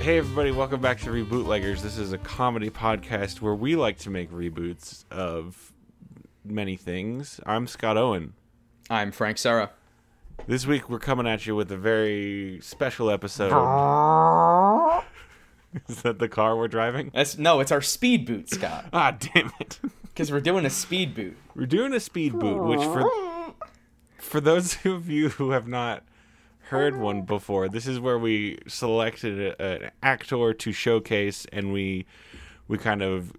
Hey, everybody, welcome back to Rebootleggers. This is a comedy podcast where we like to make reboots of many things. I'm Scott Owen. I'm Frank Sarah. This week, we're coming at you with a very special episode. is that the car we're driving? That's no, it's our speed boot, Scott, Ah, damn it. because we're doing a speed boot. We're doing a speed boot, which for for those of you who have not heard one before, this is where we selected a, an actor to showcase, and we we kind of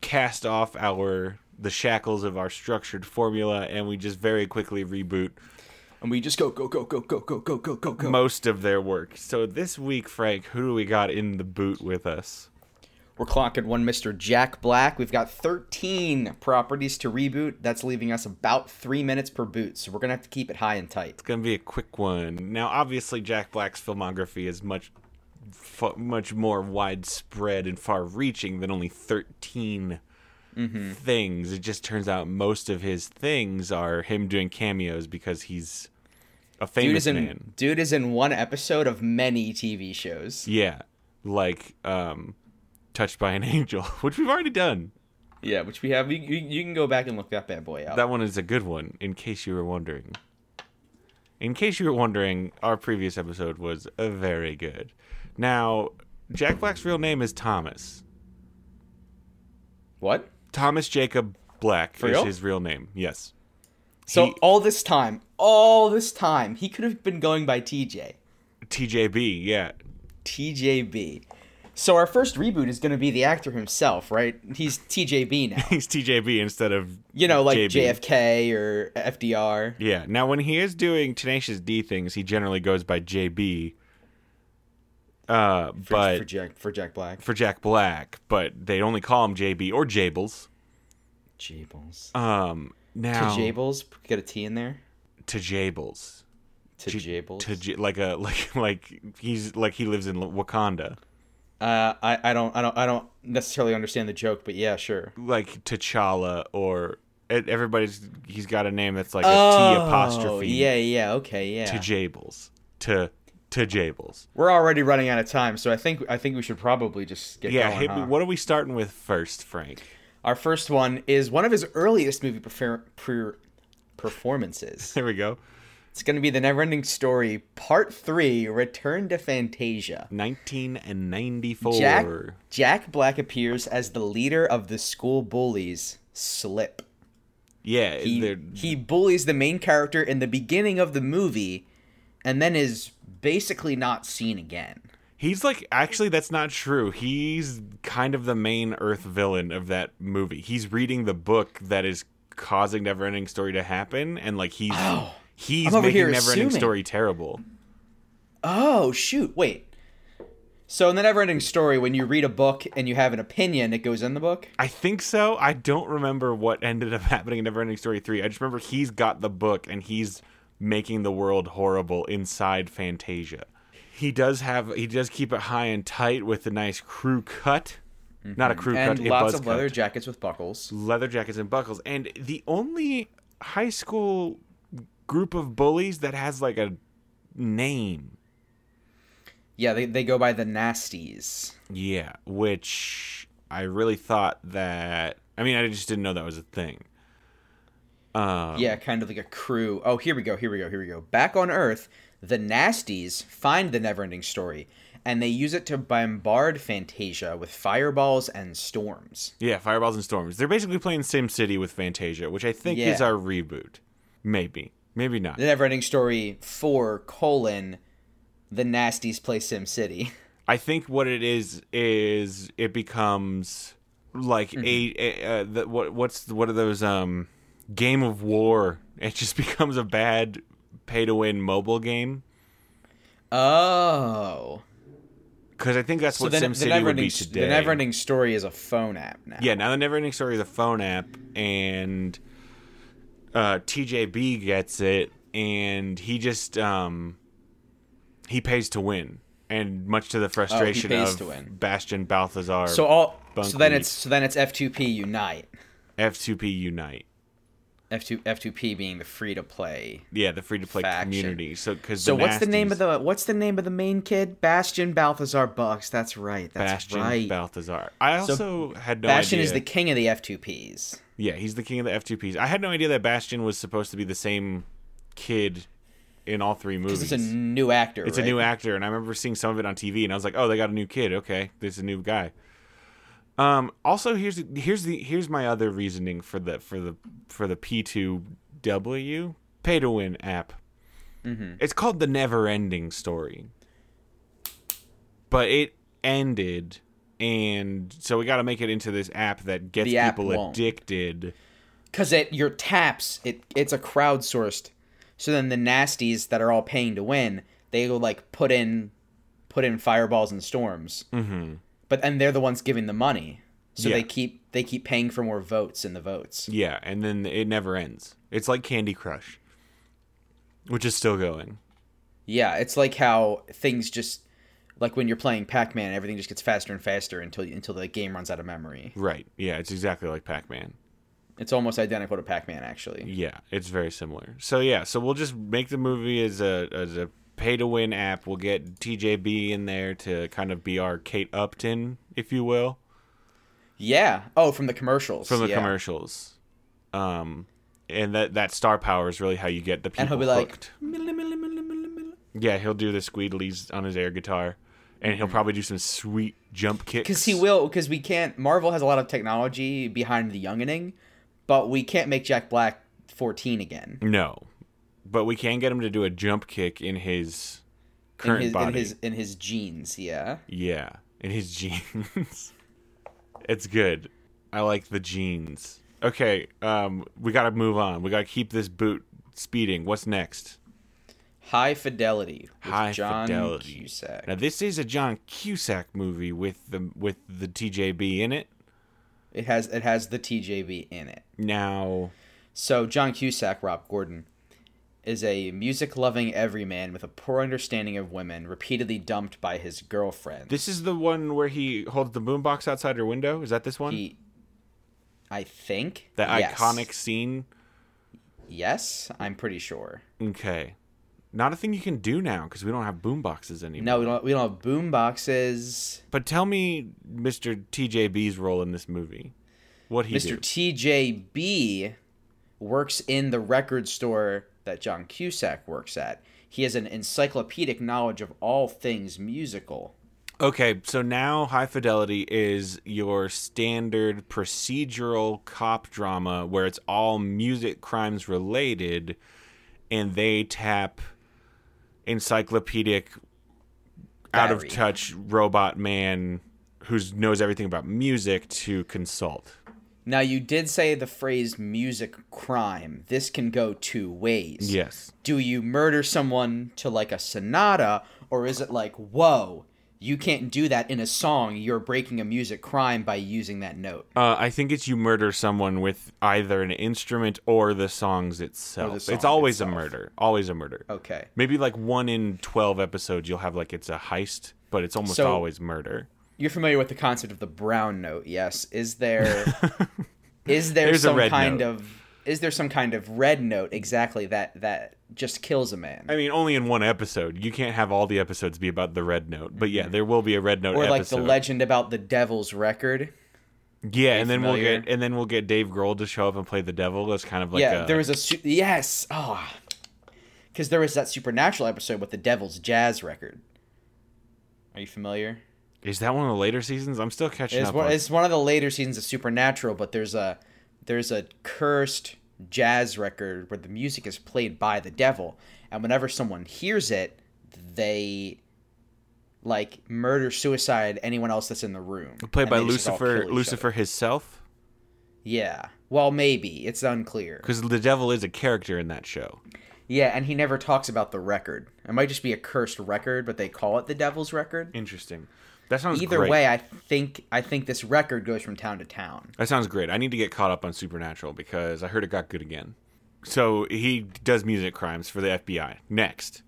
cast off our the shackles of our structured formula, and we just very quickly reboot And we just go go go go go go go go go go. most of their work. So this week, Frank, who do we got in the boot with us? We're clocking one Mr. Jack Black. We've got 13 properties to reboot. That's leaving us about three minutes per boot, so we're gonna have to keep it high and tight. It's gonna be a quick one. Now, obviously, Jack Black's filmography is much, fu- much more widespread and far-reaching than only 13 Mm-hmm. things. It just turns out most of his things are him doing cameos because he's a Dude famous is in man. dude is in one episode of many TV shows. Yeah, like um, "Touched by an Angel," which we've already done. Yeah, which we have. You, you, you can go back and look that bad boy up. That one is a good one, in case you were wondering. In case you were wondering, our previous episode was uh, very good. Now, Jack Black's real name is Thomas. what? Thomas Jacob Black is real? his real name. Yes. So He- all this time, all this time, he could have been going by TJ. TJB, yeah. TJB. So our first reboot is going to be the actor himself, right? He's TJB now. He's TJB instead of You know, like JB. JFK or FDR. Yeah. Now when he is doing Tenacious D things, he generally goes by JB. Uh, For, but for Jack for Jack Black, for Jack Black, but they only call him JB or Jables. Jables. Um, now Jables, get a T in there. to Jables. To J- Jables. to J- like a like like he's like he lives in Wakanda uh, I I don't I don't I don't necessarily understand the joke, but yeah, sure. like T'Challa or e- everybody's he's got a name that's like a T Oh, apostrophe Yeah, yeah, okay, yeah. to Jables to to Jables We're already running out of time, so I think I think we should probably just get yeah going, hit huh? me, what are we starting with first Frank Our first one is one of his earliest movie prefer- pre- performances. there we go It's going to be the Neverending Story Part 3 Return to Fantasia. 1994 Jack, Jack Black appears as the leader of the school bullies, Slip. yeah He, they're- he bullies the main character in the beginning of the movie and then is basically not seen again. he's like actually that's not true he's kind of the main Earth villain of that movie he's reading the book that is causing Neverending Story to happen and like he's he's Oh, I'm over making here Neverending assuming. Story terrible. Oh, shoot. Wait. So in the Neverending Story, when you read a book and you have an opinion, it goes in the book? I think so. I don't remember what ended up happening in Neverending Story 3. I just remember he's got the book and he's making the world horrible inside Fantasia. He does have he does keep it high and tight with a nice crew cut. Not a crew And cut, a lots buzz of leather cut. jackets with buckles. leather jackets and buckles. And the only high school group of bullies that has like a name. Yeah, they, they go by the Nasties. Yeah, which I really thought that I mean, I just didn't know that was a thing. Yeah, Um, kind of like a crew. Oh, here we go, here we go, here we go. Back on Earth, the Nasties find the Neverending Story, and they use it to bombard Fantasia with fireballs and storms. Yeah, Fireballs and Storms. They're basically playing Sim City with Fantasia, which I think is Yeah. our reboot. Maybe. Maybe not. The Neverending Story 4, colon, the Nasties play Sim City. I think what it is is it becomes like Mm-hmm. a, a uh, the, what what's what are those um game of war? It just becomes a bad pay to win mobile game Oh. because I think that's So what the, Sim the, City would be Neverending, the today. Neverending Story is a phone app now. Yeah, now the Neverending Story is a phone app, and uh, TJB gets it, and he just um, he pays to win, and much to the frustration Oh, pays of to win. Bastion Balthazar, So all so then Bunkweed. it's so then it's F2P Unite. F2P Unite. F2 F2P being the free to play. Yeah, the free to play community. So because So what's the name of the what's the name of the main kid? Bastion Balthazar Bucks. That's right. That's Bastion right. Balthazar? I also had no Bastion idea. is the king of the F2Ps. yeah, he's the king of the FTPs. I had no idea that Bastion was supposed to be the same kid in all three movies. Because it's a new actor. It's a new actor, and I remember seeing some of it on TV, and I was like, "Oh, they got a new kid. Okay, there's a new guy." Um. Also, here's here's the here's my other reasoning for the for the for the P two W pay to win app. Mm-hmm. It's called the Never Ending Story, but it ended, and so we got to make it into this app that gets The app people won't. addicted. Because it your taps it it's a crowdsourced. So then the nasties that are all paying to win, they will like put in put in fireballs and storms. Mm-hmm. But and they're the ones giving the money, so Yeah. they keep they keep paying for more votes in the votes. Yeah, and then it never ends. It's like Candy Crush, which is still going. Yeah, it's like how things just like when you're playing Pac-Man, everything just gets faster and faster until you, until the game runs out of memory. Right. Yeah, it's exactly like Pac Man. It's almost identical to Pac-Man actually. Yeah, it's very similar. So yeah, so we'll just make the movie as a as a pay to win app. We'll get TJB in there to kind of be our Kate Upton, if you will, Yeah. Oh, from the commercials. from the yeah. commercials. Um, and that that star power is really how you get the people And he'll be like, hooked. yeah, he'll do the squeedleys on his air guitar, and he'll probably do some sweet jump kicks. Because Mm-hmm. he will, because we can't. Marvel has a lot of technology behind the youngening, but we can't make Jack Black 14 again. No, but we can get him to do a jump kick in his In current his, body. in his in his jeans, yeah. Yeah, in his jeans. it's good. I like the jeans. Okay, um, we gotta move on. We gotta keep this boot speeding. What's next? High fidelity. With High John Fidelity. Cusack. Now this is a John Cusack movie with the with the TJB in it. It has it has the TJB in it. Now, So John Cusack, Rob Gordon, is a music-loving everyman with a poor understanding of women, repeatedly dumped by his girlfriend. this is the one where he holds the boombox outside her window. Is that this one? he, I think that Yes. iconic scene. Yes, I'm pretty sure. Okay, not a thing you can do now because we don't have boomboxes anymore. No, we don't. We don't have boom boxes. But tell me, Mr. TJB's role in this movie. What he Mr. did. TJB works in the record store that John Cusack works at. He has an encyclopedic knowledge of all things musical. Okay, so now High Fidelity is your standard procedural cop drama where it's all music crimes related and they tap encyclopedic out of Barry. touch robot man who knows everything about music to consult. Now, you did say the phrase music crime. This can go two ways. Yes. Do you murder someone to like a sonata, or is it like, whoa, you can't do that in a song? You're breaking a music crime by using that note. Uh, I think it's you murder someone with either an instrument or the songs itself. it's song always a itself. murder. Always a murder. Okay. Maybe like one in 12 episodes, you'll have like it's a heist, but it's almost So- always murder. You're familiar with the concept of the brown note, yes? Is there is there There's a some red kind note. of is there some kind of red note exactly that that just kills a man? I mean, only in one episode. You can't have all the episodes be about the red note, but yeah, there will be a red note Mm-hmm. or like episode. the legend about the devil's record? yeah, and then we'll familiar? get and then we'll get Dave Grohl to show up and play the devil as kind of like uh, yeah, a, there was a su- yes. Oh. Cuz there was that supernatural episode with the devil's jazz record. Are you familiar? is that one of the later seasons? I'm still catching It's up. one, on- it's one of the later seasons of Supernatural, but there's a there's a cursed jazz record where the music is played by the devil, and whenever someone hears it, they like murder suicide anyone else that's in the room. played and by they just all Lucifer, kill each Lucifer other. himself, Yeah. Well, maybe it's unclear. because the devil is a character in that show. Yeah, and he never talks about the record. It might just be a cursed record, but they call it the devil's record. Interesting. That sounds Either great. way, I think I think this record goes from town to town. That sounds great. I need to get caught up on Supernatural because I heard it got good again. So he does music crimes for the FBI. Next.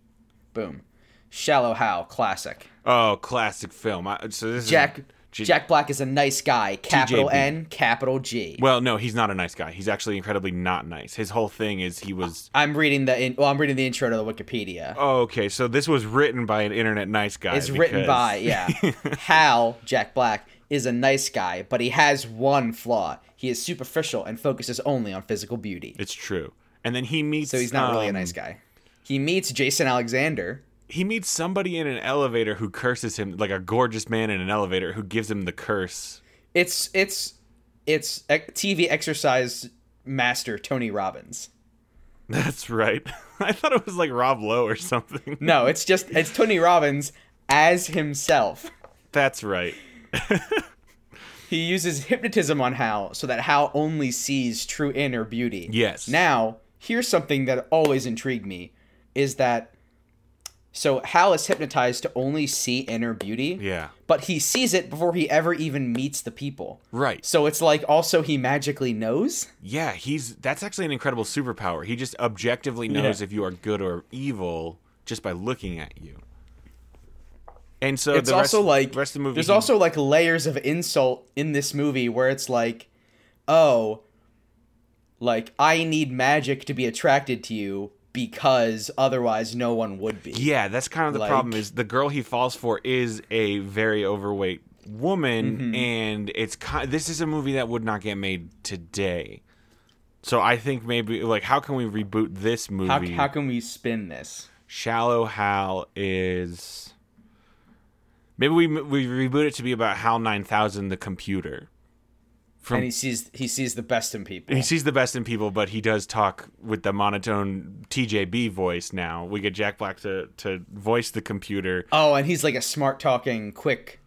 Boom. Shallow Hal, classic. Oh, classic film. I, so this Jack is J- Jack Black is a nice guy. Capital TJB. N, capital G. Well, no, he's not a nice guy. He's actually incredibly not nice. His whole thing is he was. I'm reading the in, well, I'm reading the intro to the Wikipedia. Oh, okay, so this was written by an internet nice guy. It's written because- by yeah. Hal Jack Black is a nice guy, but he has one flaw. He is superficial and focuses only on physical beauty. It's true. And then he meets. So he's not really a um, nice guy. He meets Jason Alexander. He meets somebody in an elevator who curses him, like a gorgeous man in an elevator who gives him the curse. It's it's it's ec- TV exercise master Tony Robbins. That's right. I thought it was like Rob Lowe or something. No, it's just it's Tony Robbins as himself. That's right. He uses hypnotism on Hal so that Hal only sees true inner beauty. Yes. Now, here's something that always intrigued me is that so Hal is hypnotized to only see inner beauty. Yeah. But he sees it before he ever even meets the people. Right. So it's like also he magically knows. Yeah, he's that's actually an incredible superpower. He just objectively knows if you are good or evil just by looking at you. And so It's the rest, also like rest of the movie. There's he- also like layers of insult in this movie where it's like, oh, like I need magic to be attracted to you because otherwise no one would be. yeah, that's kind of the like- problem is the girl he falls for is a very overweight woman, Mm-hmm. and it's ki- this is a movie that would not get made today. So I think maybe like how can we reboot this movie? How, how can we spin this? Shallow Hal is maybe we we reboot it to be about Hal Nine Thousand, the computer. From And he sees he sees the best in people. he sees the best in people, but he does talk with the monotone TJB voice. Now we get Jack Black to to voice the computer. Oh, and he's like a smart talking, quick,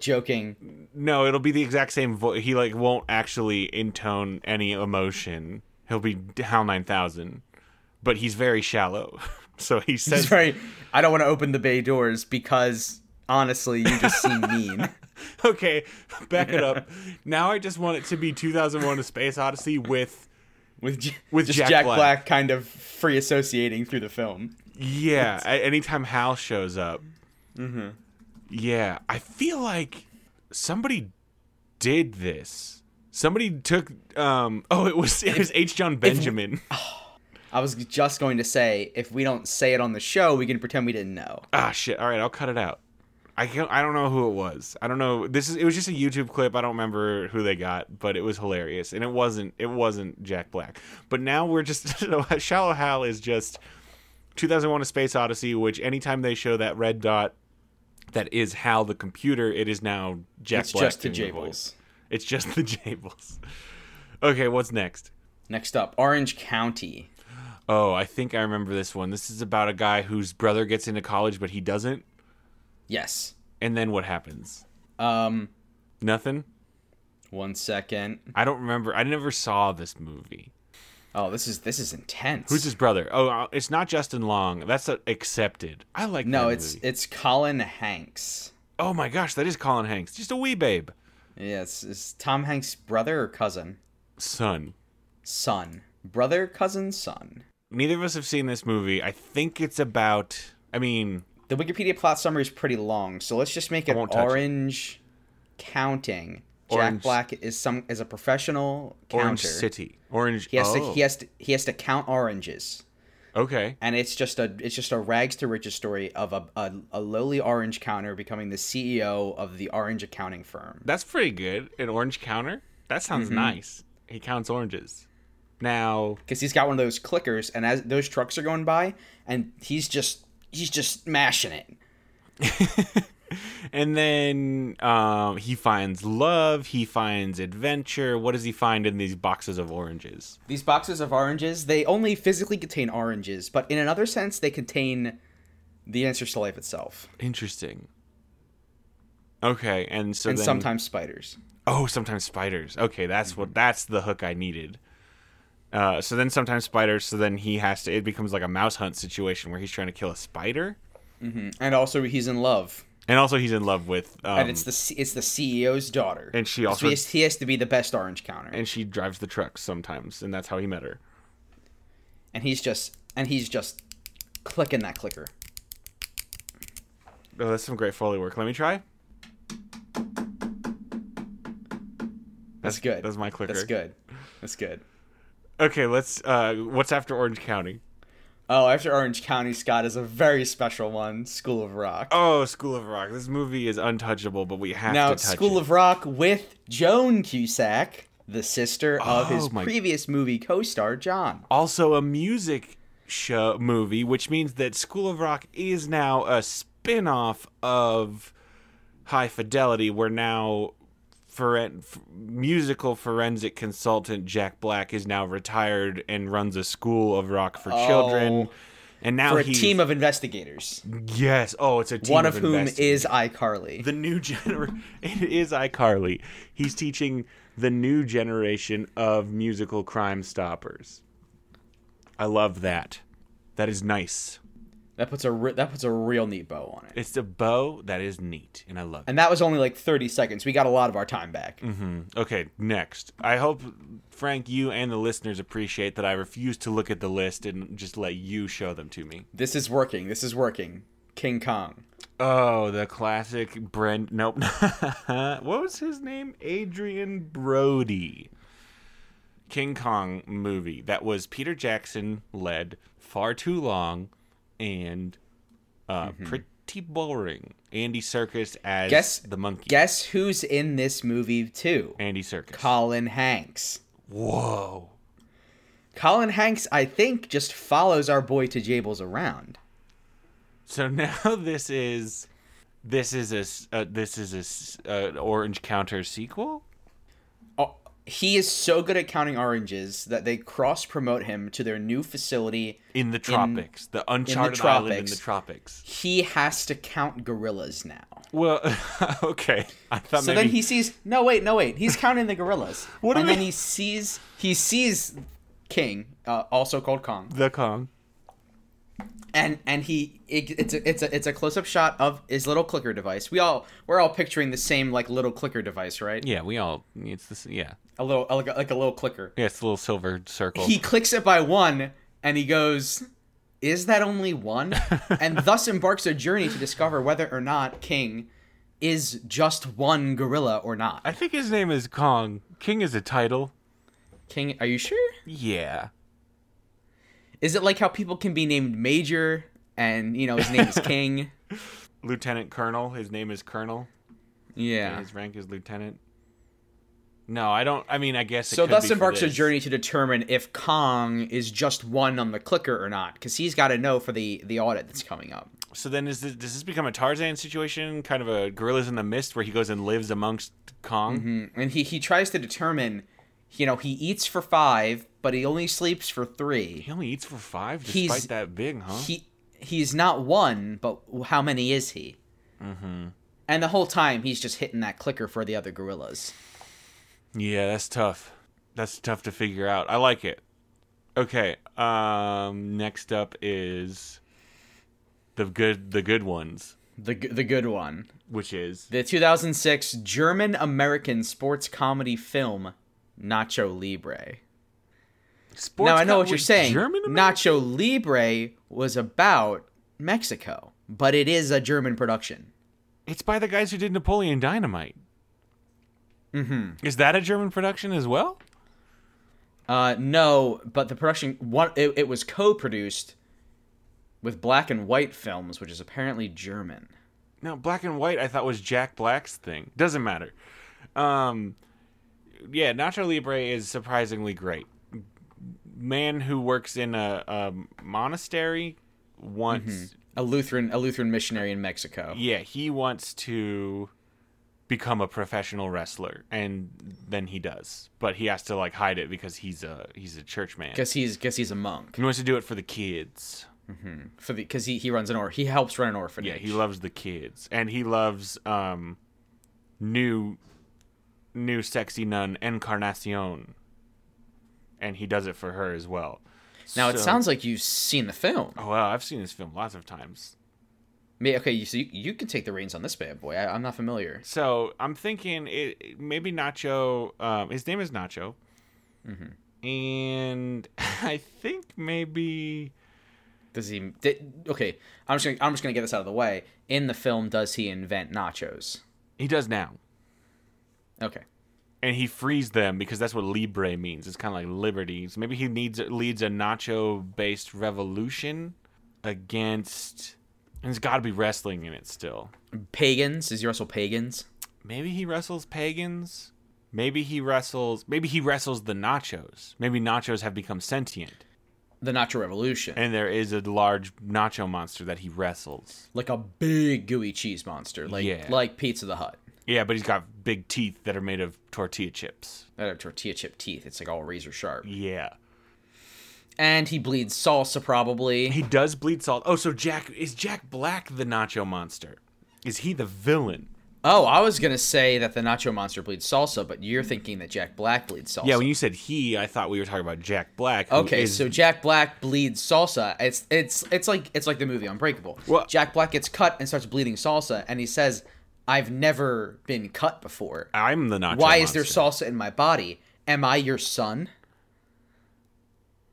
joking. No, it'll be the exact same voice. He like won't actually intone any emotion. He'll be Hal Nine Thousand, but he's very shallow. So he says Sorry, I don't want to open the bay doors because honestly, you just seem mean. Okay, back it up. Now I just want it to be 2001: A Space Odyssey with With J- With just Jack Jack, Black. Black. kind of free associating through the film. yeah. a- Anytime Hal shows up, mm-hmm. yeah, I feel like somebody did this. Somebody took. um Oh, it was it was H. John Benjamin. I was just going to say if we don't say it on the show, we can pretend we didn't know. ah, shit. All right, I'll cut it out. I can't, I don't know who it was. I don't know. This is it was just a YouTube clip. I don't remember who they got, but it was hilarious, and it wasn't it wasn't Jack Black. But now we're just shallow Hal is just 2001: A Space Odyssey. Which anytime they show that red dot, that is Hal the computer. It is now Jack It's Black. just the doing voice. Jables. It's just the Jables. Okay, what's next? Next up, Orange County. Oh, I think I remember this one. This is about a guy whose brother gets into college, but he doesn't. Yes. And then what happens? Um, Nothing. one second. I don't remember. I never saw this movie. Oh, this is this is intense. Who's his brother? Oh, uh, it's not Justin Long. That's uh accepted. I like. No, that it's movie. it's Colin Hanks. Oh my gosh, that is Colin Hanks. Just a wee babe. Yes, is Tom Hanks' brother or cousin? Son. Son. Brother, cousin, son. Neither of us have seen this movie. I think it's about. I mean, The Wikipedia plot summary is pretty long, so let's just make it won't touch it. orange counting. Orange- Jack Black is some is a professional counter. Orange City. Orange. He has to oh, he has to he has to count oranges. Okay. And it's just a it's just a rags to riches story of a, a, a lowly orange counter becoming the CEO of the orange accounting firm. That's pretty good. An orange counter. That sounds Mm-hmm. nice. He counts oranges. Now, because he's got one of those clickers, and as those trucks are going by, and he's just he's just mashing it. and then um, he finds love. He finds adventure. What does he find in these boxes of oranges? These boxes of oranges, they only physically contain oranges, but in another sense, they contain the answers to life itself, Interesting. Okay, and so and then, sometimes spiders. oh, sometimes spiders. Okay, that's Mm-hmm. what that's the hook I needed. Uh, so then sometimes spiders. So then he has to. It becomes like a mouse hunt situation where he's trying to kill a spider, And also, he's in love, and also he's in love with. Um, and it's the C- it's the CEO's daughter, and she So also he has, he has to be the best orange counter, and, and she drives the trucks sometimes, and that's how he met her. he's just and he's just clicking that clicker. Oh, that's some great foley work. Let me try. That's good. That's my clicker. That's good. That's good. Okay, let's. Uh, what's after Orange County? Oh, after Orange County, Scott is a very special one. School of Rock. Oh, School of Rock. This movie is untouchable, but we have now to touch School it. of Rock with Joan Cusack, the sister of his Oh, my- Oh, previous movie co-star John. also a music show movie, which means that School of Rock is now a spin-off of High Fidelity. Where now foren- f- musical forensic consultant Jack Black is now retired and runs a school of rock for children. Oh. And now For a he's- team of investigators, yes, oh, it's a team one of whom investi- is iCarly. the new gener it is iCarly. He's teaching the new generation of musical crime stoppers. I love that. That is nice. that puts a re- that puts a real neat bow on it. It's a bow that is neat, and I love it. And that was only like 30 seconds. We got a lot of our time back. Mm-hmm. Okay, next. I hope Frank, you and the listeners appreciate that I refuse to look at the list and just let you show them to me. This is working. This is working. King Kong. Oh, the classic Brent. Nope. what was his name? Adrian Brody. King Kong movie that was Peter Jackson led far too long and uh, pretty boring. Andy Circus as Guess- the monkey. Guess who's in this movie too? Andy Circus. Colin Hanks. Whoa. Colin Hanks, I think, just follows our boy to Jables around. So now this is this is a s- uh, this is a s- uh, Orange Counter sequel. Oh, he is so good at counting oranges that they cross promote him to their new facility. In the tropics, the uncharted island in the tropics. tropics. He has to count gorillas now. Well, okay. I thought So maybe then he sees no wait, no wait. He's counting the gorillas. What and are then they- he sees he sees King, uh, also called Kong. the Kong. and and he it, it's a it's a it's a close up shot of his little clicker device. We all we're all picturing the same like little clicker device, right? Yeah, we all. It's this. Yeah, A little like a, like a little clicker. yeah. It's a little silver circle. He clicks it by one, and he goes, "Is that only one?" and thus embarks a journey to discover whether or not King is just one gorilla or not. I think his name is Kong. King is a title. King, are you sure? Yeah. Is it like how people can be named Major and you know his name is King? Lieutenant Colonel. His name is Colonel. Yeah. His rank is Lieutenant. No, I don't. I mean, I guess. It So could be thus for embarks a this. journey to determine if Kong is just one on the clicker or not, because he's got to know for the the audit that's coming up. So then, is this, does this become a Tarzan situation, kind of a gorillas in the mist, where he goes and lives amongst Kong? Mm, And he he tries to determine, you know, he eats for five, but he only sleeps for three. He only eats for five, despite He's- that big, huh? He he's not one, but how many is he? Mm-hmm. And the whole time he's just hitting that clicker for the other gorillas. Yeah, that's tough. That's tough to figure out. I like it. Okay. Um next up is the good the good ones, The g- the good one, which is the 2006 German American sports comedy film Nacho Libre. sports now I know co- what you're wait, saying. German Nacho Libre was about Mexico, but it is a German production. It's by the guys who did Napoleon Dynamite. Mm-hmm. Is that a German production as well? Uh, no, but the production one it, it was co-produced with Black and White Films, which is apparently German. No, black and white I thought was Jack Black's thing. Doesn't matter. Um yeah, Nacho Libre is surprisingly great. Man who works in a, a monastery wants A Lutheran a Lutheran missionary in Mexico. Yeah, he wants to become a professional wrestler, and then he does, but he has to like hide it because he's a he's a church man. Cause he's cause he's a monk He wants to do it for the kids. for the cause he, he runs an or he helps run an orphanage. Yeah, he loves the kids, and he loves um new new sexy nun Encarnacion, and he does it for her as well. now it So- sounds like you've seen the film. oh well, I've seen this film lots of times. May- Okay, you, so you, you can take the reins on this bad boy. I, I'm not familiar. So I'm thinking it maybe Nacho. Um, his name is Nacho, Mm-hmm. and I think maybe Does he? Did, okay, I'm just gonna, I'm just gonna get this out of the way. In the film, does he invent nachos? he does now. Okay, and he frees them because that's what libre means. It's kind of like liberty. So maybe he needs leads a nacho-based revolution against. And there's got to be wrestling in it still. Pagans? Does he wrestle pagans? Maybe he wrestles pagans. Maybe he wrestles. Maybe he wrestles the nachos. Maybe nachos have become sentient. The Nacho Revolution. And there is a large nacho monster that he wrestles. like a big gooey cheese monster, like Yeah. like Pizza the Hut. Yeah, but he's got big teeth that are made of tortilla chips. That are tortilla chip teeth. It's like all razor sharp. Yeah. And he bleeds salsa probably. He does bleed salt. Oh, so Jack is Jack Black the Nacho Monster? Is he the villain? Oh, I was gonna say that the Nacho Monster bleeds salsa, but you're thinking that Jack Black bleeds salsa. Yeah, when you said he, I thought we were talking about Jack Black. who Okay, is- so Jack Black bleeds salsa. It's it's it's like it's like the movie Unbreakable. Well- Jack Black gets cut and starts bleeding salsa, and he says, "I've never been cut before. I'm the Nacho. Why is there Monster. salsa in my body? Am I your son?"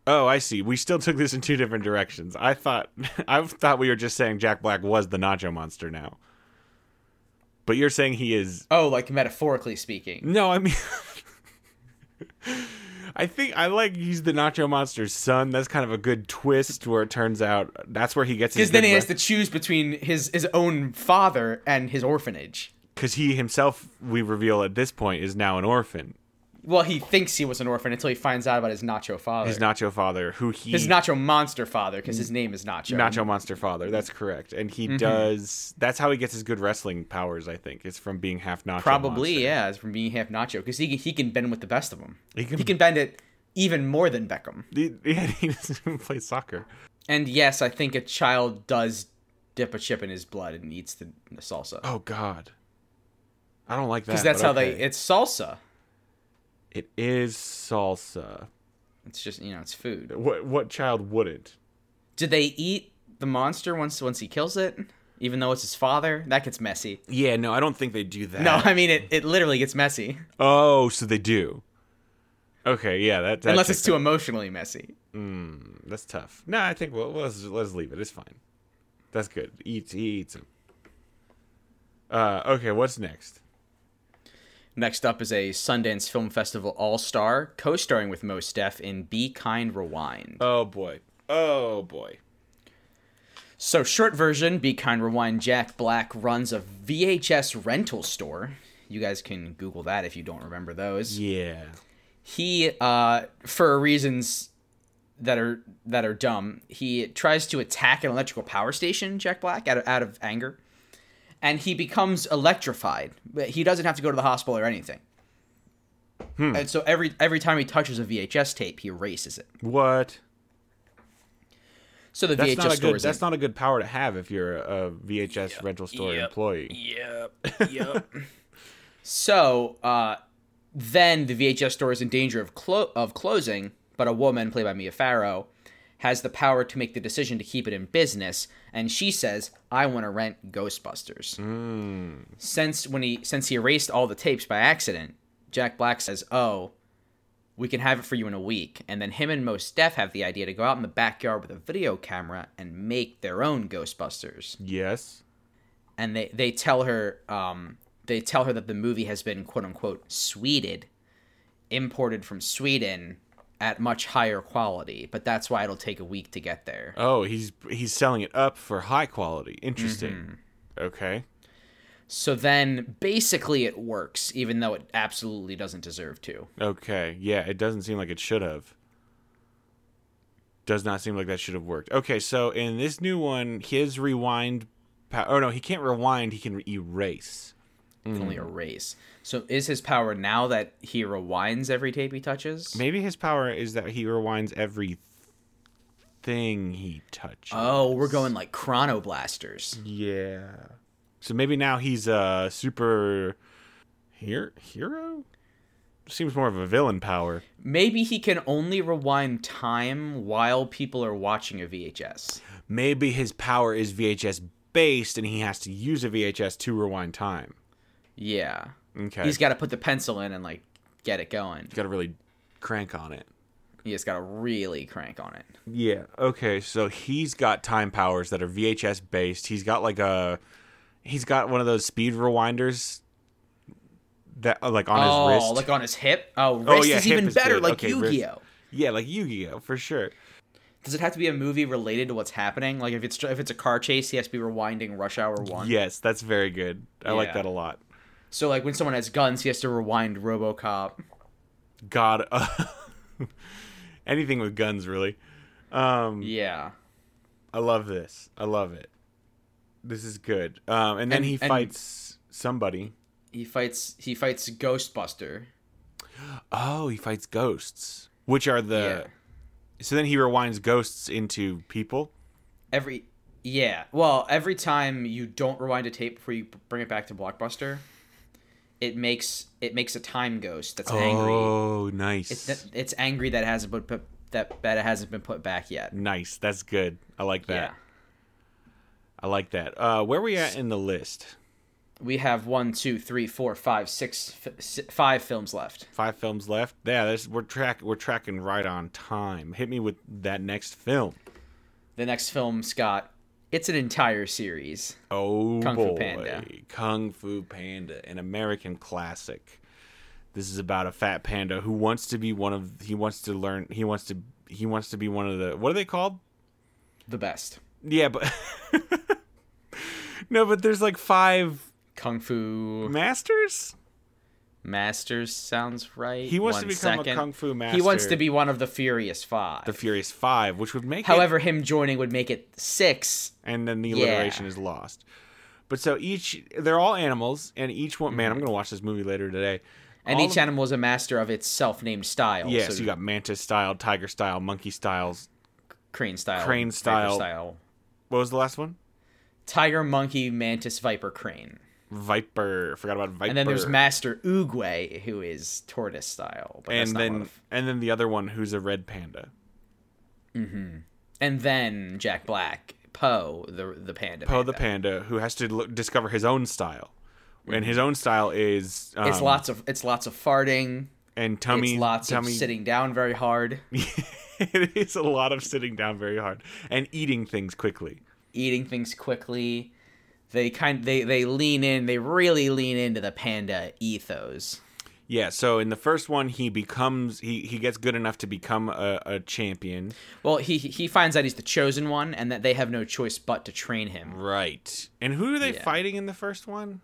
Oh, I see. We still took this in two different directions. I thought I thought we were just saying Jack Black was the Nacho Monster now. But you're saying he is Oh, like metaphorically speaking. No, I mean I think I like he's the Nacho Monster's son. That's kind of a good twist where it turns out that's where he gets his Because then good he has re- to choose between his his own father and his orphanage. because he himself, we reveal at this point, is now an orphan. Well, he thinks he was an orphan until he finds out about his Nacho father. His Nacho father, who he his Nacho Monster father, because his name is Nacho. Nacho Monster father. That's correct, and he does. That's how he gets his good wrestling powers. I think it's from being half Nacho. Probably, Monster. yeah, it's from being half Nacho, because he, he can bend with the best of them. He He can- can, bend it even more than Beckham. He, yeah, he doesn't even play soccer. And yes, I think a child does dip a chip in his blood and eats the, the salsa. Oh God, I don't like that. Because that's but how okay. they. It's salsa. it is salsa. It's just you know, it's food. What what child wouldn't? Do they eat the monster once once he kills it? Even though it's his father, that gets messy. Yeah, no, I don't think they do that. No, I mean it. It literally gets messy Oh, so they do. Okay, yeah, that, that unless checks it's too emotionally messy. That's tough. No, I think we'll let's let's leave it. It's fine. That's good. Eats he eats him. Uh, okay, what's next? Next up is a Sundance Film Festival All Star, co-starring with Mos Def in "Be Kind, Rewind." Oh boy. Oh boy. So, short version Be Kind Rewind Jack Black runs a VHS rental store. You guys can Google that if you don't remember those. Yeah. He, uh, for reasons that are that are dumb, he tries to attack an electrical power station. Jack Black out of, out of anger, and he becomes electrified. But he doesn't have to go to the hospital or anything. Hmm. And so every every time he touches a VHS tape, he erases it. What? So the That's VHS not a store good. is That's not a good power to have if you're a, a VHS rental store Yep. employee. Yep. Yep. so uh, then the VHS store is in danger of clo- of closing, but a woman played by Mia Farrow has the power to make the decision to keep it in business, and she says, "I want to rent Ghostbusters." Since when he since he erased all the tapes by accident, Jack Black says, "Oh." We can have it for you in a week, and then him and Mos Def have the idea to go out in the backyard with a video camera and make their own Ghostbusters Yes. and they they tell her um they tell her that the movie has been quote unquote sweeted imported from Sweden at much higher quality but that's why it'll take a week to get there Oh, he's he's selling it up for high quality. Interesting. Mm-hmm. Okay. so then basically it works even though it absolutely doesn't deserve to Okay. Yeah, it doesn't seem like it should have. Does not seem like that should have worked. Okay, so in this new one, his rewind. pow- oh no, he can't rewind. He can erase. only erase so is his power now that he rewinds every tape he touches Maybe his power is that he rewinds every thing he touches. oh we're going like chronoblasters yeah. So maybe now he's a super here hero. Seems more of a villain power. maybe he can only rewind time while people are watching a VHS Maybe his power is VHS based, and he has to use a VHS to rewind time. yeah Okay. He's got to put the pencil in and like get it going. got to really crank on it. He just got to really crank on it. Yeah. Okay. So he's got time powers that are VHS based. He's got like a, he's got one of those speed rewinders that like on oh, his wrist. like on his hip. Oh, wrist yeah, is hip even is better, good. like Okay, wrist. Yu-Gi-Oh. yeah, like Yu-Gi-Oh for sure. Does it have to be a movie related to what's happening? Like if it's if it's a car chase, he has to be rewinding Rush Hour One. Yes, that's very good. I like Yeah. that a lot. So like when someone has guns, he has to rewind RoboCop. God, uh, anything with guns really. Um, Yeah. I love this. I love it. This is good. Um, and then And- he and- fights somebody. He fights he fights Ghostbuster. Oh, he fights ghosts, which are the. Yeah. So then he rewinds ghosts into people. Every yeah. Well, every time you don't rewind a tape before you bring it back to Blockbuster, it makes it makes a time ghost that's angry. Oh, nice. It's that- it's angry that it hasn't been put that that it hasn't been put back yet. nice. That's good. I like that. Yeah. I like that. Uh, where we at in the list? We have one, two, three, four, five, six, fi- si- five films left. Five films left. Yeah, this, we're track we're tracking right on time. Hit me with that next film. The next film, Scott, it's an entire series. Oh Kung Fu boy, Panda. Kung Fu Panda, an American classic. This is about a fat panda who wants to be one of. He wants to learn. He wants to. He wants to be one of the. What are they called? The best Yeah, but no, but there's like five kung fu masters. masters sounds right. He wants to One become second. a kung fu master. He wants to be one of the Furious Five. the Furious Five, which would make it However, him joining would make it six. and then the alliteration is lost. But so each they're all animals, and each one. Man, I'm gonna watch this movie later today. Mm-hmm. And All each of- animal is a master of its self-named style. yeah, so so you got mantis style, tiger style, monkey styles. crane style, crane viper style. What was the last one? tiger, monkey, mantis, viper, crane. Viper. Forgot about viper. And then there's Master Oogway, who is tortoise style. But that's and not one then of- and then the other one who's a red panda. and then Jack Black, Poe, the the panda. Mm-hmm. Poe the panda who has to look, discover his own style, and his own style is um, It's lots of it's lots of farting. and tummy it's lots tummy. of sitting down very hard, it is a lot of sitting down very hard and eating things quickly. eating things quickly. They kind they they lean in. They really lean into the panda ethos. Yeah, so in the first one, he becomes he he gets good enough to become a, a champion. Well, he he finds out he's the chosen one, and that they have no choice but to train him. Right. And who are they Yeah. fighting in the first one?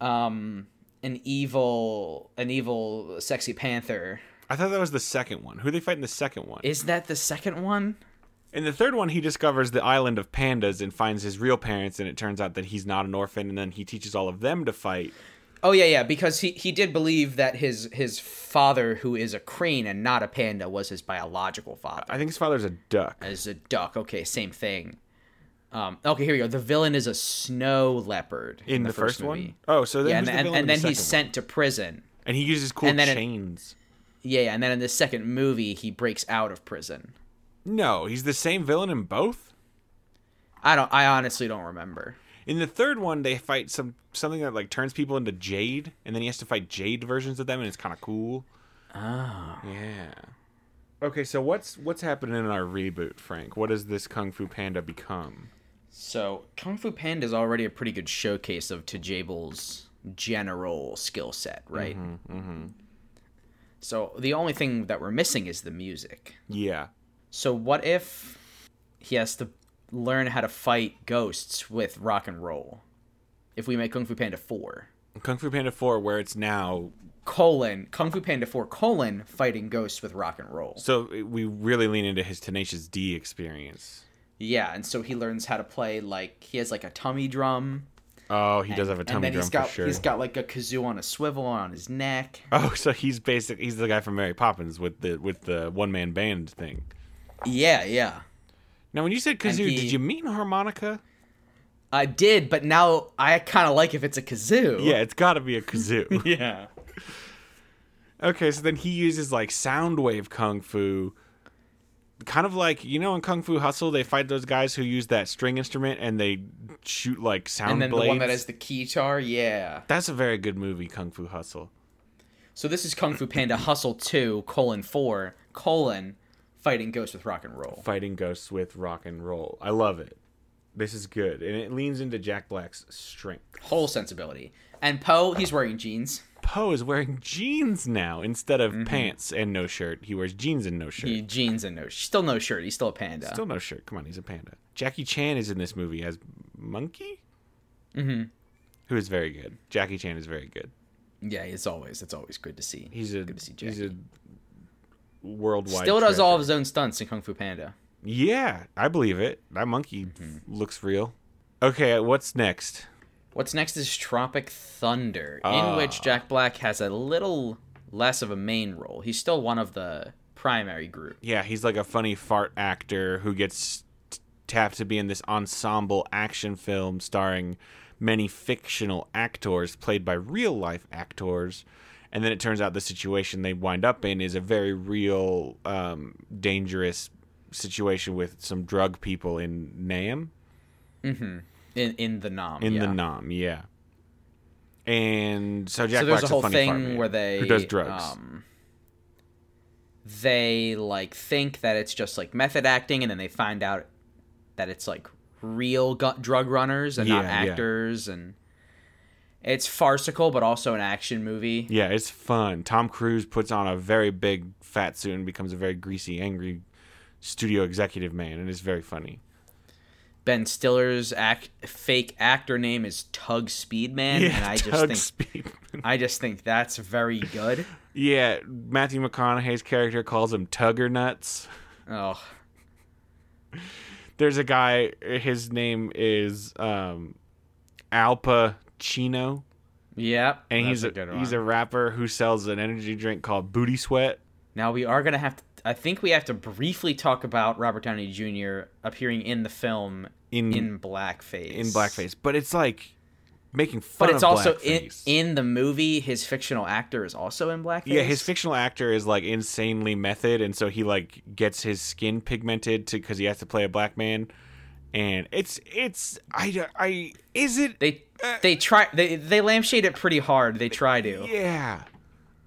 Um, an evil, an evil, sexy panther. I thought that was the second one. Who are they fighting the second one? Is that the second one? in the third one, he discovers the island of pandas and finds his real parents, and it turns out that he's not an orphan, and then he teaches all of them to fight. Oh yeah, yeah. Because he he did believe that his his father, who is a crane and not a panda, was his biological father. I think his father's a duck. As a duck. Okay, same thing. Um, okay, here we go. The villain is a snow leopard In, the, first, one? movie. Oh, so then Yeah, who's and, the and, villain in and the then second he's one? sent to prison. and he uses cool and then it- chains. Yeah, yeah, and then in the second movie, he breaks out of prison. no, he's the same villain in both. I don't. I honestly don't remember. In the third one, they fight some something that like turns people into jade, and then he has to fight jade versions of them, and it's kind of cool. Oh, Ah. yeah. Okay, so what's what's happening in our reboot, Frank? What does this Kung Fu Panda become? So Kung Fu Panda is already a pretty good showcase of Tajabel's general skill set, right? Mm-hmm, So the only thing that we're missing is the music. Yeah, So what if he has to learn how to fight ghosts with rock and roll? If we make Kung Fu Panda four Kung Fu Panda Four, where it's now. colon Kung Fu Panda four colon fighting ghosts with rock and roll. So we really lean into his Tenacious D experience. Yeah, and so he learns how to play like he has like a tummy drum. Oh, he does have a and tummy then drum he's got for sure. he's got like a kazoo on a swivel on his neck. Oh, so he's basic. He's the guy from Mary Poppins with the with the one man band thing. Yeah, yeah. Now, when you said kazoo, he- did you mean harmonica? I did, but now I kind of like if it's a kazoo. Yeah, it's got to be a kazoo. Yeah. Okay, so then he uses like sound wave kung fu, kind of like you know in Kung Fu Hustle they fight those guys who use that string instrument and they shoot like sound And then blades. the one that has the keytar, yeah. That's a very good movie, Kung Fu Hustle. So this is Kung Fu Panda Hustle 2, colon 4, colon, fighting ghosts with rock and roll. Fighting ghosts with rock and roll. I love it. This is good, and it leans into Jack Black's strength. Whole sensibility. And Poe, he's wearing jeans. Poe is wearing jeans now instead of pants and no shirt. He wears jeans and no shirt. Mm-hmm. He jeans and no still no shirt. He's still a panda. Still no shirt. Come on, he's a panda. Jackie Chan is in this movie as Monkey, hmm who is very good. Jackie Chan is very good. Yeah, it's always it's always good to see. He's a good to see Jackie. he's a worldwide. still does all treasure. of his own stunts in Kung Fu Panda. Yeah, I believe it. That monkey Mm-hmm. looks real. Okay, what's next? What's next is Tropic Thunder, in Ah. which Jack Black has a little less of a main role. He's still one of the primary group. Yeah, he's like a funny fart actor who gets t- tapped to be in this ensemble action film starring many fictional actors played by real life actors. And then it turns out the situation they wind up in is a very real, um, dangerous situation with some drug people in Nam, in in the nom. in yeah. the Nam, yeah. And so Jack so there's Black's a whole funny fart thing man where they who does drugs. Um, they like think that it's just like method acting, and then they find out that it's like real gu- drug runners and not Yeah, yeah. actors, and it's farcical, but also an action movie. Yeah, it's fun. Tom Cruise puts on a very big fat suit and becomes a very greasy, angry studio executive man, and it's very funny. Ben Stiller's act fake actor name is Tug Speedman, and I just Doug think Speedman. I just think that's very good. yeah, Matthew McConaughey's character calls him Tugger Nuts. Oh, There's a guy. His name is um, Alpa Chino, yep. and that's he's a, good he's one. a rapper who sells an energy drink called Booty Sweat. Now we are gonna have to. I think we have to briefly talk about Robert Downey Jr. appearing in the film In- in blackface. in blackface, but it's like making fun. but it's of also in, blackface. in the movie. His fictional actor is also in blackface. Yeah, his fictional actor is like insanely method, and so he like gets his skin pigmented to because he has to play a black man, and it's it's I d- I is it they they try they they lampshade it pretty hard. They try to. yeah.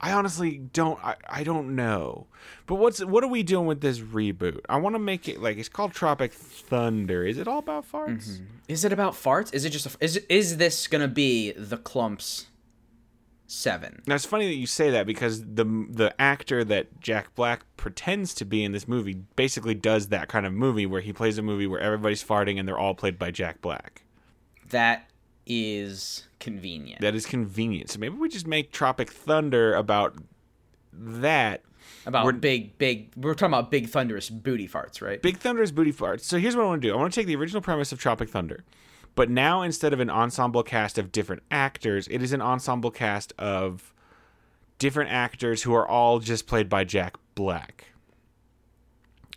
I honestly don't I, I don't know. But what's what are we doing with this reboot? I want to make it like it's called Tropic Thunder. Is it all about farts? Is it about farts? Is it just a, is is this gonna be the clumps seven? Now it's funny that you say that because the the actor that Jack Black pretends to be in this movie basically does that kind of movie where he plays a movie where everybody's farting and they're all played by Jack Black. That is convenient. That is convenient. So maybe we just make Tropic Thunder about that. about we're- big big. We're talking about big thunderous booty farts, right? Big Thunder's booty farts. So here's what I want to do. I want to take the original premise of Tropic Thunder, but now instead of an ensemble cast of different actors, it is an ensemble cast of different actors who are all just played by Jack Black.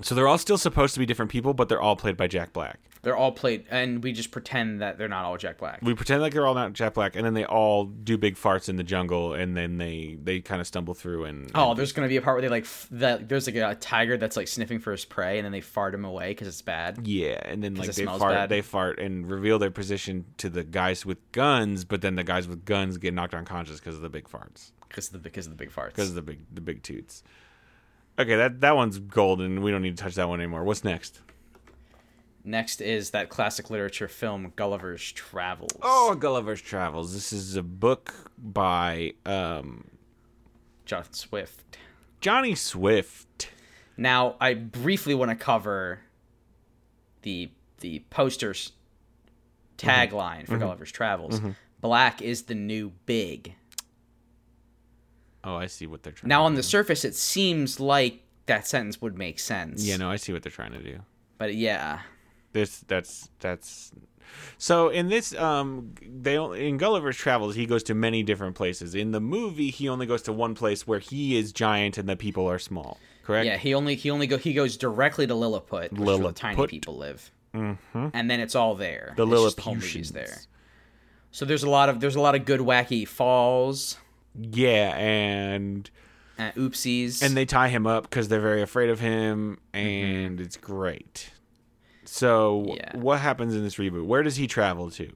So they're all still supposed to be different people, but they're all played by Jack Black. They're all played, and we just pretend that they're not all Jack Black. we pretend like they're all not Jack Black, and then they all do big farts in the jungle, and then they they kind of stumble through and Oh, there's gonna be a part where they like f- that. There's like a tiger that's like sniffing for his prey, and then they fart him away because it's bad. Yeah, and then like it they smells fart, bad. they fart and reveal their position to the guys with guns, but then the guys with guns get knocked unconscious because of the big farts, Because of the because of the big farts. because of the big the big toots. Okay, that that one's golden. We don't need to touch that one anymore. What's next? Next is that classic literature film Gulliver's Travels. Oh, Gulliver's Travels. This is a book by um, Jonathan Swift. Johnny Swift. Now, I briefly want to cover the the poster's tagline Mm-hmm. for Gulliver's Travels. Black is the new big. Oh, I see what they're trying. Now, on the surface, it seems like that sentence would make sense. yeah, no, I see what they're trying to do. But yeah, This that's that's so in this um they on- in Gulliver's Travels he goes to many different places. In the movie he only goes to one place where he is giant and the people are small. Correct? yeah. He only he only go he goes directly to Lilliput, which is where the tiny Lilliput. people live. Mm-hmm. And then it's all there. The It's just the whole movie's Lilliputians. there. So there's a lot of there's a lot of good wacky falls, Yeah, and and oopsies, and they tie him up cuz they're very afraid of him Mm-hmm. and it's great. So Yeah. what happens in this reboot? Where does he travel to?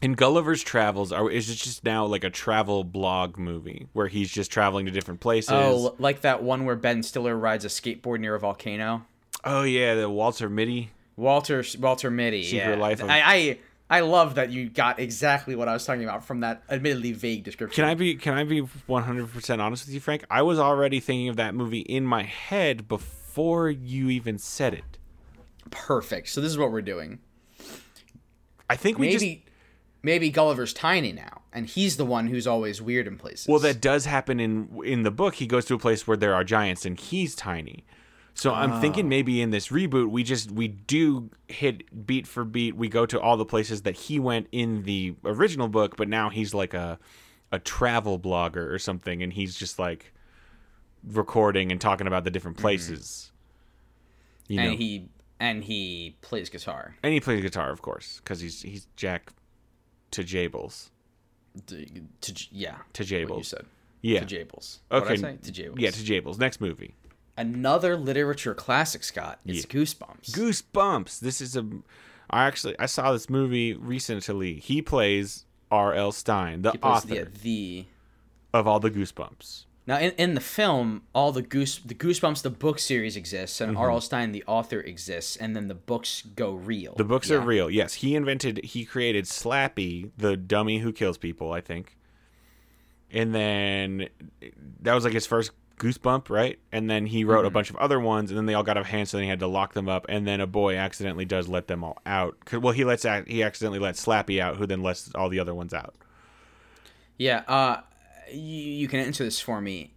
In Gulliver's Travels, are, is it just now like a travel blog movie where he's just traveling to different places? oh like that one where Ben Stiller rides a skateboard near a volcano. Oh yeah, the Walter Mitty. Walter Walter Mitty. Secret yeah. Life of- I, I I love that you got exactly what I was talking about from that admittedly vague description. Can I be can I be 100% honest with you, Frank? I was already thinking of that movie in my head before you even said it. Perfect. So this is what we're doing. I think we Maybe just maybe Gulliver's tiny now, and he's the one who's always weird in places. Well, that does happen in in the book. He goes to a place where there are giants and he's tiny. So I'm Ah. thinking maybe in this reboot we just we do hit beat for beat. We go to all the places that he went in the original book, but now he's like a a travel blogger or something and he's just like recording and talking about the different places. You Mm-hmm. and know, he and he plays guitar. and he plays guitar, of course, cuz he's he's Jack to Jables. D- To, j yeah, To what you Jables. said. Yeah. To Jables. What'd Okay. I say? To Jables. Yeah, to Jables. Next movie. Another literature classic, Scott. It's Goosebumps. Goosebumps. This is a. I actually I saw this movie recently. He plays R.L. Stein, the He plays author the, the of all the Goosebumps. now in, in the film, all the goose the Goosebumps the book series exists, and Mm-hmm. R.L. Stein the author exists, and then the books go real. The books are real. Yes, he invented. He created Slappy, the dummy who kills people. I think. And then that was like his first Goosebump, right? And then he wrote a Mm-hmm. bunch of other ones, and then they all got out of hand, so then he had to lock them up. And then a boy accidentally does let them all out. 'Cause- Well, he lets ac- he accidentally lets Slappy out, who then lets all the other ones out. Yeah, uh, you, you can answer this for me.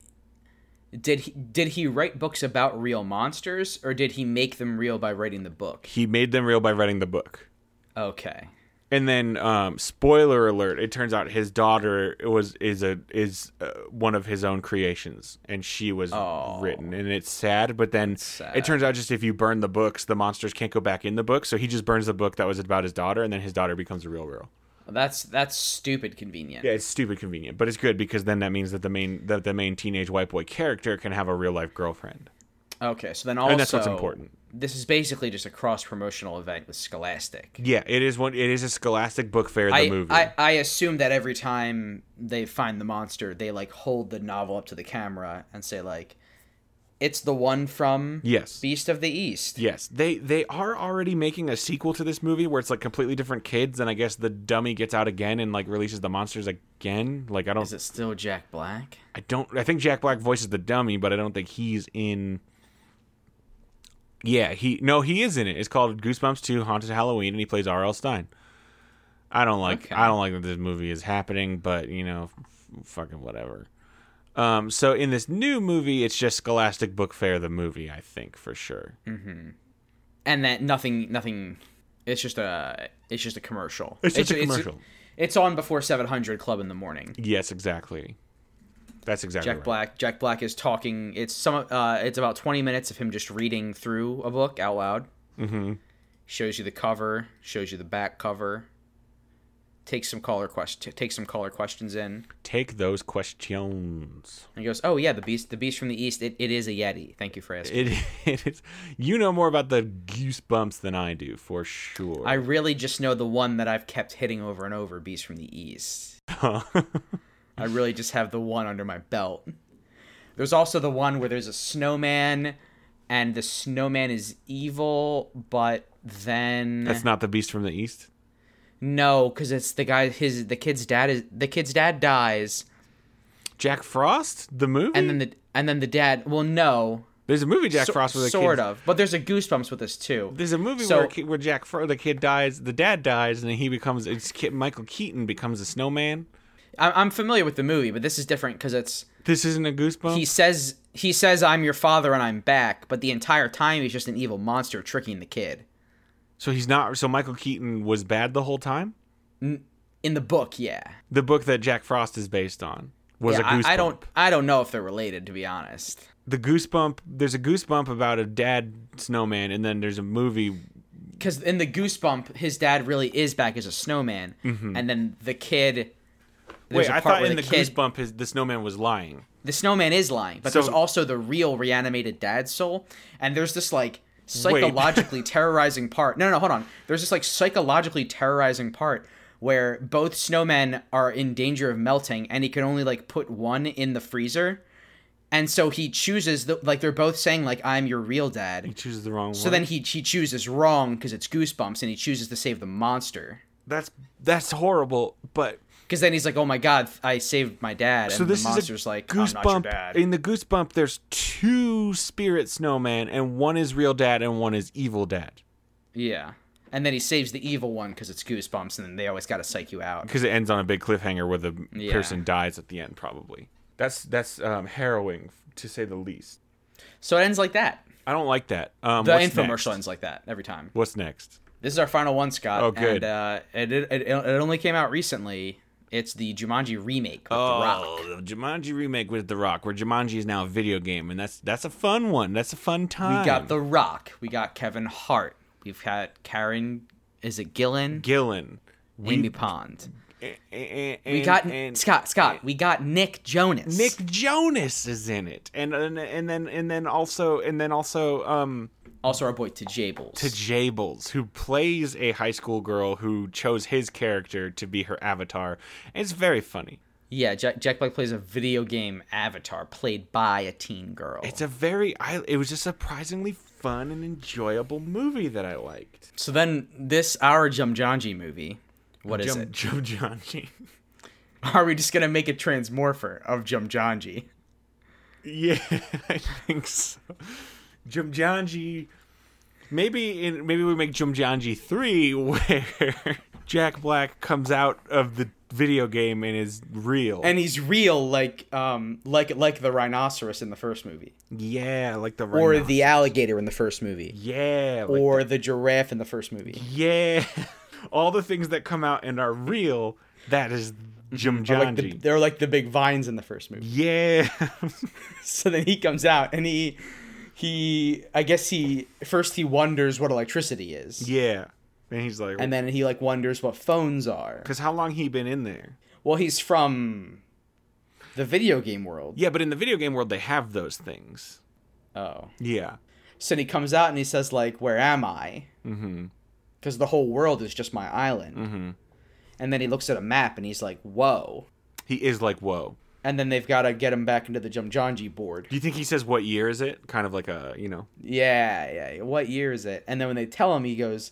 Did he did he write books about real monsters, or did he make them real by writing the book? He made them real by writing the book. Okay, and then um, spoiler alert it turns out his daughter was is a is uh, one of his own creations and she was Oh. written and it's sad but then sad. it turns out just if you burn the books the monsters can't go back in the book so he just burns the book that was about his daughter and then his daughter becomes a real girl that's that's stupid convenient. yeah it's stupid convenient but it's good because then that means that the main that the main teenage white boy character can have a real life girlfriend Okay, so then also that's what's important. This is basically just a cross promotional event with Scholastic. yeah it is one it is a scholastic book fair the I, movie I I assume that every time they find the monster, they like hold the novel up to the camera and say like, "It's the one from yes Beast of the East." Yes, they they are already making a sequel to this movie where it's like completely different kids, and I guess the dummy gets out again and like releases the monsters again. Like I don't, Is it still Jack Black? I don't, I think Jack Black voices the dummy, but I don't think he's in. Yeah, he no, he is in it. It's called Goosebumps Two: Haunted Halloween, and he plays R.L. Stein. I don't like Okay. I don't like that this movie is happening, but you know, f- fucking whatever. Um, so in this new movie, it's just Scholastic Book Fair, the movie, I think for sure. and that nothing nothing it's just a it's just a commercial It's just a commercial. it's, on before 700 club in the morning Yes, exactly. That's exactly jack right. black jack black is talking it's some uh it's about 20 minutes of him just reading through a book out loud mm-hmm shows you the cover shows you the back cover takes some caller quest takes some caller questions in Take those questions. and he goes oh yeah the beast the beast from the east it, it is a yeti thank you for asking It, it is. You know more about the goosebumps than I do, for sure. i really just know the one that i've kept hitting over and over beast from the east I really just have the one under my belt. There's also the one where there's a snowman, and the snowman is evil, but then That's not the beast from the east. no, because it's the guy. His the kid's dad is the kid's dad dies, Jack Frost, the movie. and then the and then the dad. Well, no, there's a movie Jack so- Frost with a sort kid. of. But there's a goosebumps with this too. There's a movie So- where, a kid- where Jack Frost, the kid dies, the dad dies, and he becomes it's kid, Michael Keaton becomes a snowman. I, I'm familiar with the movie, but this is different because it's This isn't a goosebump. he says he says I'm your father and I'm back, but the entire time he's just an evil monster tricking the kid. so he's not. So Michael Keaton was bad the whole time. In the book, yeah. The book that Jack Frost is based on was Yeah, a goosebump. I, I don't I don't know if they're related to be honest. the goosebump there's a goosebump about a dad snowman and then there's a movie Cuz in the goosebump his dad really is back as a snowman and then the kid there's Mm-hmm. wait i a part thought where in the, the, kid, goosebump his, the snowman was lying the snowman is lying, but So- there's also the real reanimated dad soul and there's this like psychologically terrorizing part. No, no, no, hold on. There's this like psychologically terrorizing part where both snowmen are in danger of melting and he can only like put one in the freezer And so he chooses the like they're both saying like I'm your real dad. He chooses the wrong one. So then he he chooses wrong because it's goosebumps, and he chooses to save the monster. that's that's horrible, but Because then he's like, "Oh my god, I saved my dad," and so this the monster's is a like, "I'm not your goosebump. dad." In the goosebump, there's two spirit snowman, and one is real dad, and one is evil dad. yeah, and then he saves the evil one because it's goosebumps, and then they always got to psych you out. because it ends on a big cliffhanger where the Yeah. person dies at the end probably that's that's um, harrowing to say the least So it ends like that. i don't like that um, The what's infomercial next? ends like that every time. what's next This is our final one, Scott. Oh, good. And, uh, it, it, it, it only came out recently. It's the Jumanji remake with The Rock. the jumanji remake with the rock where jumanji is now a video game and that's that's a fun one that's a fun time We got The Rock. We got Kevin Hart. We've got Karen. Is it Gillen? gillen Amy Pond. we, and, We got and Scott. Scott. we got Nick Jonas. nick jonas is in it and, and and then and then also and then also um Also, our boy Tajables. to Jables, who plays a high school girl who chose his character to be her avatar. It's very funny. yeah, Jack, Jack Black plays a video game avatar played by a teen girl. It's a very, I, it was a surprisingly fun and enjoyable movie that I liked. so then, this our Jumanji movie. What is Jum- it? Jum Jumanji. Are we just gonna make a transmorpher of Jumanji? yeah, I think so. Jumanji. Maybe in maybe we make Jumanji three where Jack Black comes out of the video game and is real. and he's real like um like like the rhinoceros in the first movie yeah, like the or rhino- the alligator in the first movie yeah, like or the giraffe in the first movie Yeah. All the things that come out and are real, that is Jim Mm-hmm. Or like the, they're like the big vines in the first movie yeah. so then he comes out and he he i guess he first he wonders what electricity is yeah. And he's like, and then he like wonders what phones are because how long he been in there? well he's from the video game world Yeah, but in the video game world, they have those things. oh Yeah. so then he comes out and he says like where am i Mm-hmm. because the whole world is just my island Mm-hmm. and then he looks at a map and he's like whoa He is like, whoa. and then they've got to get him back into the Jumjanji board. Do you think he says what year is it? Kind of like a, you know. Yeah, yeah, yeah. What year is it? And then when they tell him, he goes,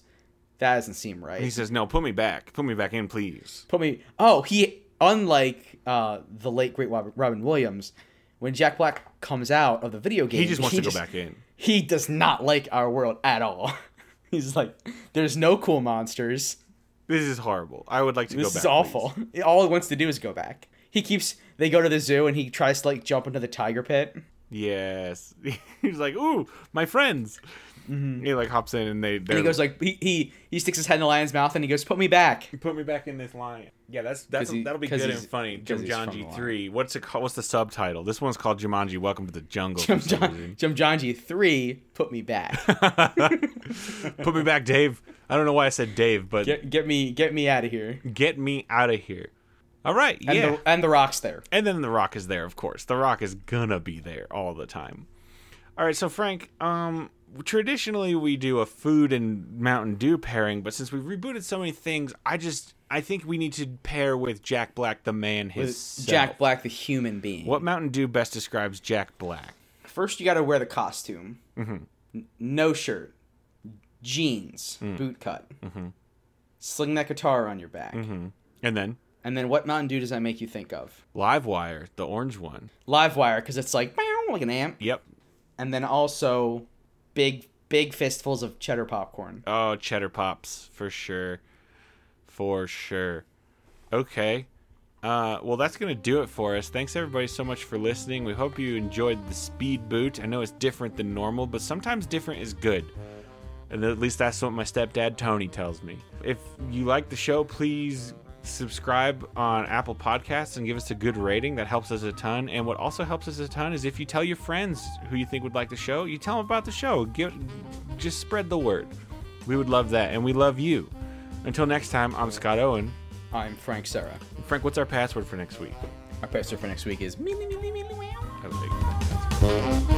"That doesn't seem He right." says, no, put me back. Put me back in, please. Put me. Oh, he unlike uh, the late great Rob- Robin Williams, when Jack Black comes out of the video game, He just wants to go back in. He does not like our world at all. He's like, "There's no cool monsters. This is horrible. I would like to go back. This is please." awful." All he wants to do is go back. He keeps. They go to the zoo and he tries to like jump into the tiger pit. Yes. he's like, ooh, my friends. Mm-hmm. He like hops in and they. And he goes like he, he he sticks his head in the lion's mouth and he goes, "Put me back." Put me back in this line. Yeah, that's that's 'Cause he- that'll be 'cause good and he's- funny. 'cause he's from the Jumanji line. three. What's it called? What's the subtitle? This one's called Jumanji. Welcome to the jungle. for Jim, some John, reason. Jim Johnji three, put me back. Put me back, Dave. I don't know why I said Dave, but get, Get, get me, get me out of here. me out of here. All right, And, yeah. the, and the rocks there. and then the Rock is there, of course. The Rock is gonna be there all the time. All right, so Frank, um, traditionally we do a food and Mountain Dew pairing, but since we've rebooted so many things, I just I think we need to pair with Jack Black, the man himself. Jack Black, the human being. What Mountain Dew best describes Jack Black? First, you got to wear the costume. N- no shirt, jeans, boot cut. Sling that guitar on your back. And then And then, what Mountain Dew does that make you think of? Livewire, the orange one. Live wire, because it's like meow, like an amp. Yep. And then also, big, big fistfuls of cheddar popcorn. Oh, Cheddar Pops for sure. For sure. Okay. Uh, well, that's going to do it for us. Thanks, everybody, so much for listening. We hope you enjoyed the speed boot. I know it's different than normal, but sometimes different is good. And at least that's what my stepdad Tony tells me. If you like the show, please subscribe on Apple Podcasts and give us a good rating. That helps us a ton. And what also helps us a ton is if you tell your friends who you think would like the show, you tell them about the show. Give, just spread the word. We would love that, and we love you. Until next time, I'm Scott Owen. I'm Frank Sarah. Frank, what's our password for next week? Our poster for next week is. Have a big-